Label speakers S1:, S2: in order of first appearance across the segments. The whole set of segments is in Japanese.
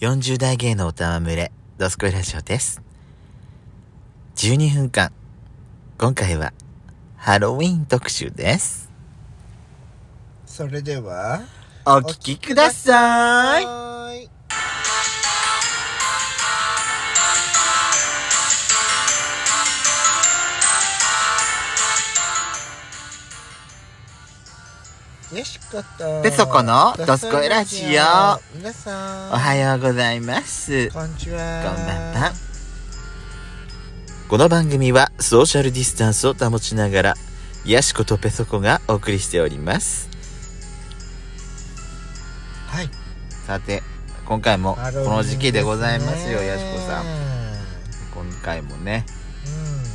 S1: 40代芸能歌は群れ、ドスコイラジオです。12分間。今回は、ハロウィン特集です。
S2: それでは
S1: お聞きください。
S2: ーいよしこと
S1: ペソコのドスコイラジオ
S2: 皆さん
S1: おはようございます。
S2: こんにち
S1: こ
S2: は
S1: んばんは。この番組はソーシャルディスタンスを保ちながら、ヤシコとペソコがお送りしております。
S2: はい
S1: さて、今回もこ
S2: ハロウィン
S1: の時期でございますよ、
S2: でね
S1: ヤシコさん。今回もね、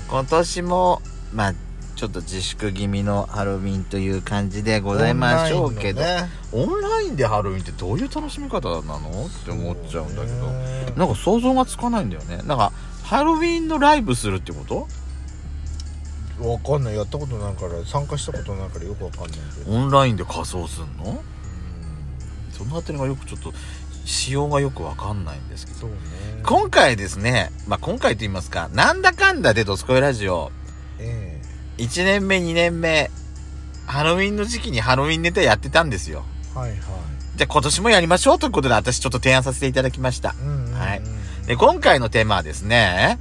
S2: う
S1: 今年も、まあ、ちょっと自粛気味のハロウィンという感じでご
S2: ん
S1: ざいましょうけど、
S2: オ
S1: オン,、
S2: ンラインのね
S1: ラインでハロウィンってどういう楽しみ方なのって思っちゃうんだけど、
S2: ね
S1: なんか想像がつかないんだよね。なんか、ハロウィンのライブするってこと
S2: わかんないやったことないから参加したことないからよくわかんないけど、
S1: オンラインで仮装すんのそのあたりがよくちょっと仕様がよくわかんないんですけ
S2: そ
S1: ど
S2: うね
S1: 今回ですね、まあ、今回と言いますかなんだかんだで「ドスコイラジオ
S2: え」
S1: 1年目2年目ハロウィンの時期にハロウィンネタやってたんですよ
S2: えはいはい
S1: じゃあ今年もやりましょうということで私ちょっと提案させていただきました
S2: うんうんうん
S1: はいで今回のテーマはですね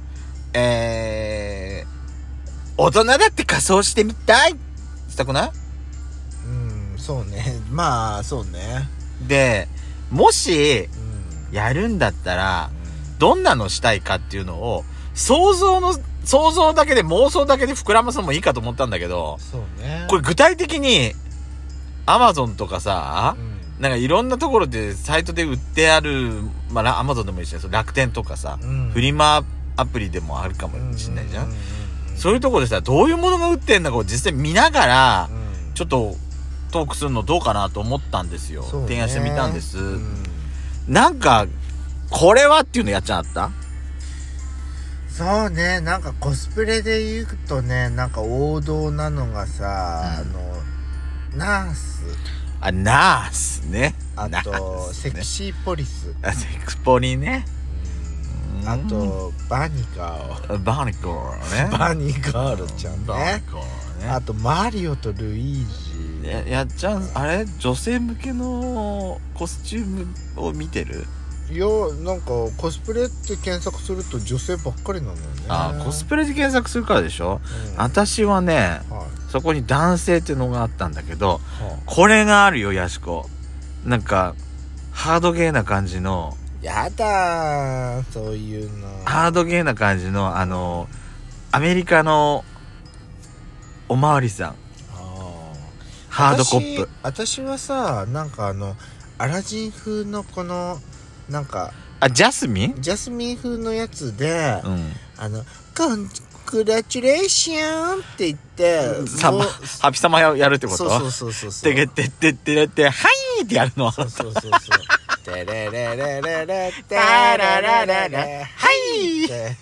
S1: えー、大人だって仮装してみたいしたくない
S2: うんそうねまあそうね
S1: でもし
S2: うん
S1: やるんだったら
S2: うん
S1: どんなのしたいかっていうのを、想像の、想像だけで妄想だけで膨らますのもいいかと思ったんだけど、
S2: そうね
S1: これ具体的に、アマゾンとかさ
S2: う、ん
S1: なんかいろんなところで、サイトで売ってある、まあ、アマゾンでもいいし、その楽天とかさ、
S2: うん
S1: フリマアプリでもあるかも
S2: うん
S1: しんないじゃ。
S2: うんううん
S1: そういうところでさ、どういうものが売ってんだかを実際見ながら
S2: う、ん
S1: ちょっと、トークするのどうかなと思ったんですよ。
S2: そうね
S1: 提案してみたんです。
S2: うん
S1: なんか、これはっていうのやっちゃなかった
S2: そうねなんかコスプレで言うとねなんか王道なのがさ、
S1: うん
S2: あのナース
S1: あ、ナースね。
S2: あ
S1: ナ
S2: と、
S1: ース
S2: セ
S1: ね
S2: クシーポリス
S1: あセクポリね。うん
S2: あとバニカ
S1: バニコー
S2: ー
S1: ルね。
S2: ルバニガールちゃん
S1: バニ
S2: ね
S1: コールね。
S2: あとマリオとルイージ
S1: ややっちゃん、あれ女性向けのコスチュームを見てる
S2: いやなんかコスプレって検索すると女性ばっかりなのよね
S1: あコスプレで検索するからでしょ
S2: レ、うん、はい
S1: 私はね、
S2: は
S1: そこに男性ってのがあったんだけど、これがあるよ、ヤシコ。なんか、ハードゲーな感じの、
S2: あやだーそういうの
S1: ハードゲーな感じの、あの、アメリカのおまわりさん、
S2: あ
S1: ハードコップ。
S2: 私私はさなんかあのアラジン風のこのなんか
S1: あ、ジャスミン
S2: ジャスミン風のやつで、
S1: うん。
S2: あの「コングラチュレーション!」って言って
S1: さ
S2: も
S1: ま
S2: う
S1: ハピ様やるってこと
S2: そうそうそうそうそう
S1: てけてってってれって、はいーってやるの。
S2: そうそうそうそう。テレレレレレテレレレレ
S1: はいー
S2: で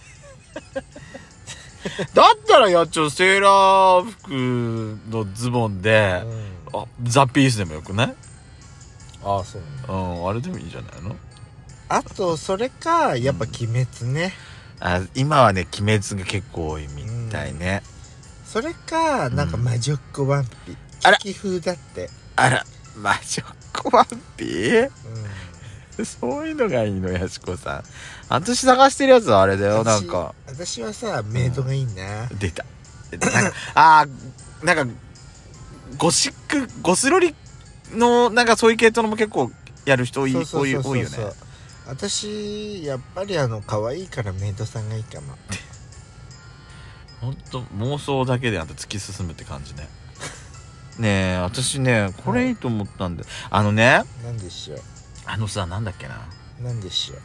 S1: だったらやっちゃうセーラー服のズボンで、あ、ザ・ピースでもよくない
S2: ああそうね
S1: うん、あれでもいいんじゃないの
S2: あとそれかやっぱ鬼滅ね、
S1: あ今はね、鬼滅が結構多いみたいね。
S2: それかなんか
S1: うん
S2: 魔女っ子ワンピ
S1: あら
S2: 危機風だって、
S1: あら、魔女っ子ワンピー
S2: う ん、
S1: そういうのがいいの、やしこさん。私探してるやつはあれだよ、なんか。
S2: 私はさメイドがいいな、
S1: 出た。出たなんか、 あーなんか、ゴシック、ゴスロリの、なんかそういう系統のも結構やる人多い、
S2: そうそ
S1: 多
S2: う
S1: い
S2: そう
S1: 多
S2: そう
S1: いよね。
S2: 私やっぱりあの可愛いからメイドさんがいいかも
S1: ほんと、妄想だけであんた突き進むって感じ ね。ねえ、私ね、これいいと思ったんで、あのね、
S2: なんでしょ
S1: あのさ、なんだっけな。
S2: うなんでしょう、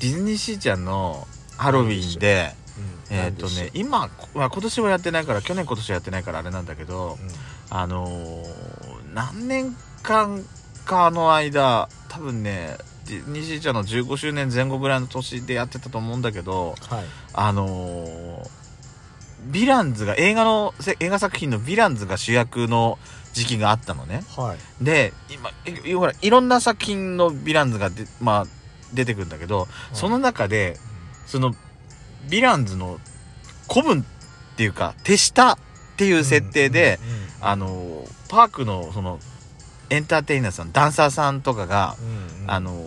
S1: ディズニーシーちゃんのハロウィンで、
S2: うん、
S1: え
S2: な
S1: っ
S2: んで
S1: と
S2: しょう
S1: ね、、今、こまあ今年はやってないから、去年今年はやってないからあれなんだけど、あのー何年間かの間多分ねディズニーシーちゃんの15周年前後ぐらいの年でやってたと思うんだけど
S2: うん、はい
S1: あのーヴィランズが映画のせ映画作品のヴィランズが主役の時期があったのね
S2: はい
S1: で今いいほらいろんな作品のヴィランズがでまあ出てくるんだけど、
S2: うん
S1: その中でそのヴィランズの古文っていうか手下っていう設定で、あのパークのそのエンターテイナーさんダンサーさんとかが、
S2: うんうんうん
S1: あの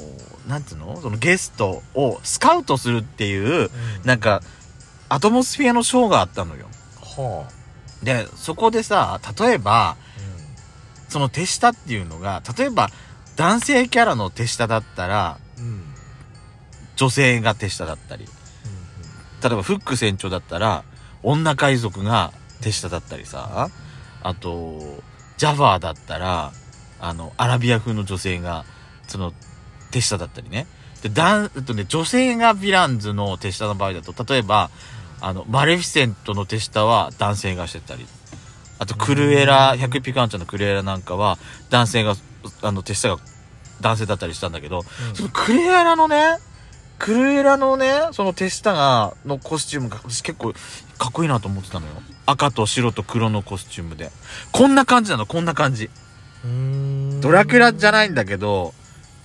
S1: なんつうのそのゲストをスカウトするっていう
S2: うん
S1: なんかアトモスフィアのショーがあったのよ。
S2: はあ
S1: でそこでさ例えばその手下っていうのが例えば男性キャラの手下だったら
S2: うんうん
S1: 女性が手下だったり例えばフック船長だったら女海賊が手下だったりさあとジャファーだったらあのアラビア風の女性がその手下だったりねでだん、えっとね、女性がヴィランズの手下の場合だと例えばあのマレフィセントの手下は男性がしてたりあとクルエラ100ピカンチャのクルエラなんかは男性があの手下が男性だったりしたんだけど
S2: うん
S1: そのクルエラのね、クルエラのね、その手下が、のコスチュームが、私結構かっこいいなと思ってたのよ。赤と白と黒のコスチュームで。こんな感じなの、こんな感じ。
S2: うん
S1: ドラキュラじゃないんだけど、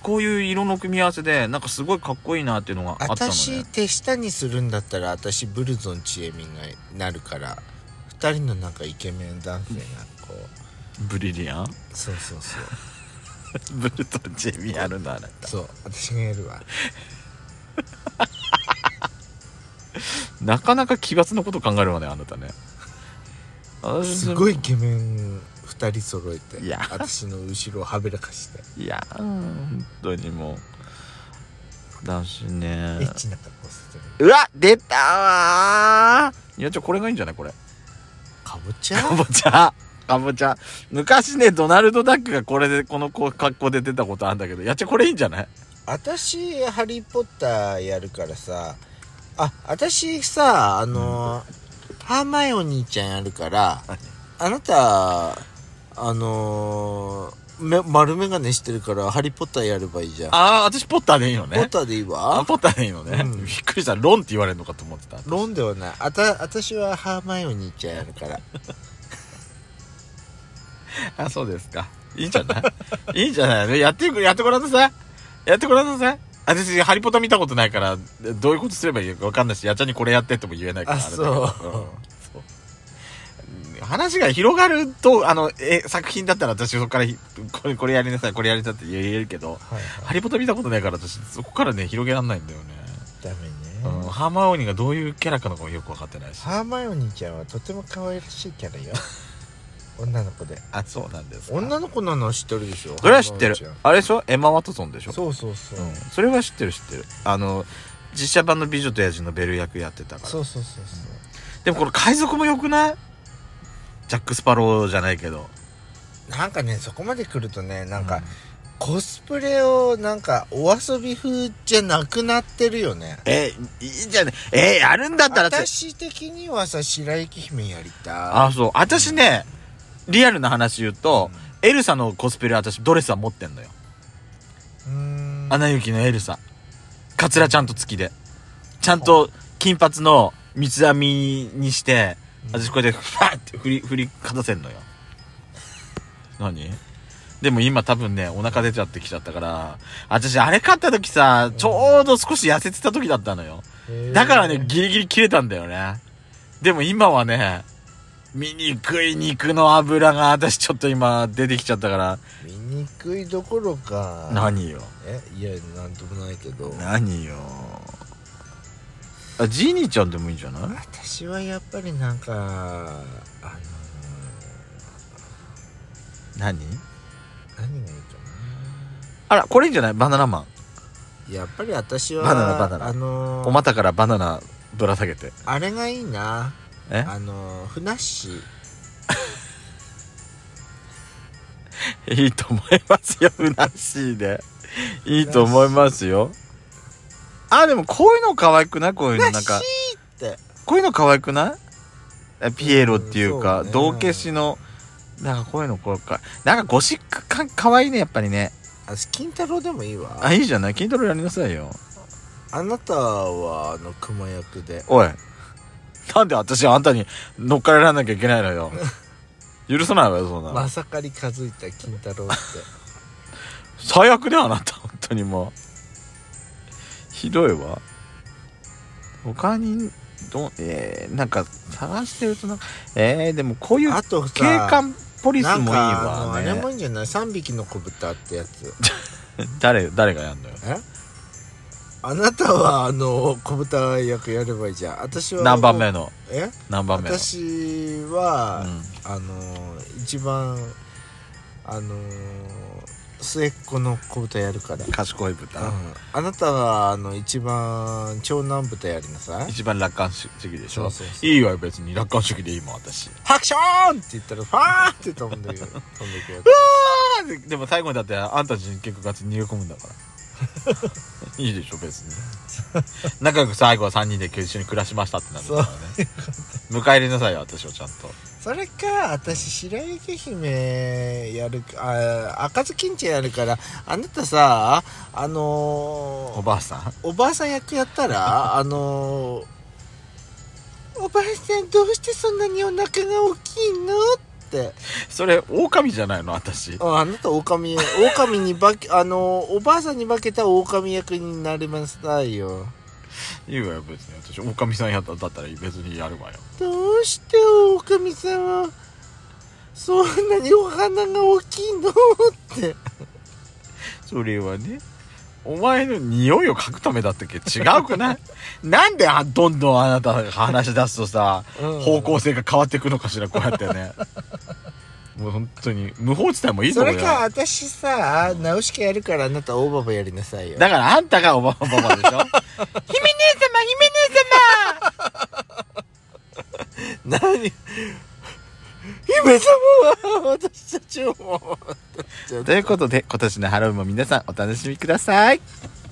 S1: こういう色の組み合わせで、なんかすごいかっこいいなっていうのがあったの
S2: 私
S1: ね。
S2: 手下にするんだったら私ブルゾンちえみがなるから二人のなんかイケメン男性がこう
S1: ブリリアン
S2: そうそうそう
S1: ブルとジェミあるな、あなた。
S2: そう私がやるわ
S1: なかなか奇抜なこと考えるわね、あなたね。
S2: すご
S1: い。
S2: いイケメン二人揃えて
S1: いや
S2: 私の後ろをはべらかして
S1: いやー、本当にもう。だしね。
S2: エッチな格好してる
S1: うわ出たわーいやちょこれがいいんじゃないこ れ
S2: かぼち
S1: かぼちゃかぼちゃ昔ねドナルド・ダックがこれでこの子格好で出たことあるんだけどいやちょこれいいんじゃない
S2: 私ハリー・ポッターやるからさあ私さあの、ハーマイオニーちゃんやるから
S1: はい
S2: あなたあのめ丸眼鏡してるからハリー・ポッターやればいいじゃん
S1: ああ私ポッターでいいの
S2: ポッ
S1: ね
S2: ターでいい
S1: あ
S2: わ
S1: ポッターでいいのね、
S2: うん
S1: びっくりしたロンって言われるのかと思ってた
S2: ロンではないあた私はハーマイオニーちゃんやるから
S1: あそうですかいいんじゃない いいんじゃないやってくやってごらんなさいやってごらんなさい私ハリポタ見たことないからどういうことすればいいかわかんないしやっちゃんにこれやってっても言えないから
S2: あ
S1: れだけど
S2: そうん
S1: そう話が広がると、あの、え、作品だったら私そこからひ、これ、これやりなさい、これやりなさいって言えるけど、
S2: はいは
S1: ハリポタ見たことないから私そこからね、広げらんないんだよね。
S2: ダメね、
S1: うん、ハーマーオニーがどういうキャラかのかもよくわかってないし。
S2: ハーマイオニーちゃんはとても可愛らしいキャラ よ女の子で
S1: あ、そうなんです
S2: 女
S1: 女
S2: の子なのは知ってるでしょ
S1: それは知ってる
S2: ハーマイオニーち。
S1: あれでしょエマ・ワトソンでし
S2: ゃん
S1: ょ
S2: そうそうそう、
S1: うん、それは知ってる知ってるあの実写版の「美女と野獣」のベル役やってたか
S2: そ
S1: ら
S2: うそうそうそう
S1: でもこれ海賊もよくないジャック・スパローじゃないけど
S2: なんかねそこまで来るとねなんか、
S1: うん
S2: コスプレをなんかお遊び風じゃなくなってるよね
S1: えいいじゃねえやるんだったら私
S2: 私的にはさ白雪姫やりたい
S1: あそう私ねリアルな話言うと、エルサのコスプレ私ドレスは持ってんのよ
S2: うん
S1: アナ雪のエルサカツラちゃんと付きでちゃんと金髪の三つ編みにして私これでファーって振り振りかざせんのよ何でも今多分ねお腹出ちゃってきちゃったから私あれ買った時さちょうど少し痩せてた時だったのよだからねギリギリ切れたんだよねでも今はね醜い肉の脂が私ちょっと今出てきちゃったから
S2: 醜いどころか
S1: 何よ
S2: えいやなんともないけど
S1: 何よあジーニーちゃんでもいいんじゃない
S2: 私はやっぱりなんかあ
S1: 何
S2: の何がいいか
S1: あらこれいいんじゃないバナナマン
S2: なやっぱり私は
S1: バナナバナナ
S2: あのー
S1: お股からバナナぶら下げて
S2: あれがいいな
S1: え
S2: あのーふなっしー
S1: いいと思いますよ、ふなっしーで。いいと思いますよ。あ、でもこういうの可愛くないこういうの。なんか、
S2: って
S1: こういうの可愛くないえピエロっていうか、
S2: うんそうね
S1: 道化師の、なんかこういうのこうか。なんかゴシック感可愛いね、やっぱりね。
S2: あ金太郎でもいいわ
S1: あ、いいじゃない筋トレやりなさいよ。
S2: あなたはあの熊役で
S1: おい。なんで私あんたに乗っかられなきゃいけないのよ。許さないわよ、そんなの
S2: ま。さかり数い た金太郎って
S1: 最悪だよ、あなた。本当にもう。ひどいわ他にどんえー、なんか探してるとなんかえー、でもこういう
S2: あとさ
S1: 警官ポリスもいい
S2: なんか
S1: わ、
S2: あ
S1: ね、
S2: のあれもいいんじゃない3匹の子豚ってやつ
S1: 誰誰がやんのよ
S2: えあなたはあの子豚役やればいいじゃん私は
S1: 何番目の
S2: え
S1: 何番目の
S2: 私は、
S1: うん
S2: あの一番あの末っ子の子豚やるから、うん、
S1: 賢い豚、
S2: あなたはあの一番長男豚やりなさい
S1: 一番楽観主義でしょ
S2: そうそうそう
S1: いいわよ別に楽観主義でいいもん私
S2: ハクションって言ったらファーって飛んで る飛んでくる
S1: あででも最後にだってあんた人結構ガチ逃げ込むんだから いいでしょ別に仲良く最後は3人で今日一緒に暮らしましたってなるからね迎え入れなさいよ私をちゃんと
S2: それか私白雪姫やるあ赤ずきんちゃんやるからあなたさあのー
S1: おばあさん
S2: おばあさん役やっ たらあのーおばあさんどうしてそんなにお腹が大きいの?」って
S1: それ狼じゃないの私
S2: ああなた狼狼に化けあのーおばあさんに化けた狼役になりましたよ
S1: いいわよ別に私狼さんやっただったら別にやるわよ
S2: どうして狼さんはそんなにお花が大きいのって
S1: それはねお前の匂いを嗅ぐためだったっけ違うくないなんであどんどんあなたが話し出すとさ方向性が変わっていくのかしらこうやってね もう本当に無法地帯もいいと
S2: そ
S1: こ
S2: れ
S1: よ
S2: か私さナウシカやるからあなた大ババやりなさいよ
S1: だからあんたがおばあばばでしょ 姫姉様姫
S2: 何 姫様は 私たちを
S1: 姉様ということで今年のハロウィンも皆さんお楽しみください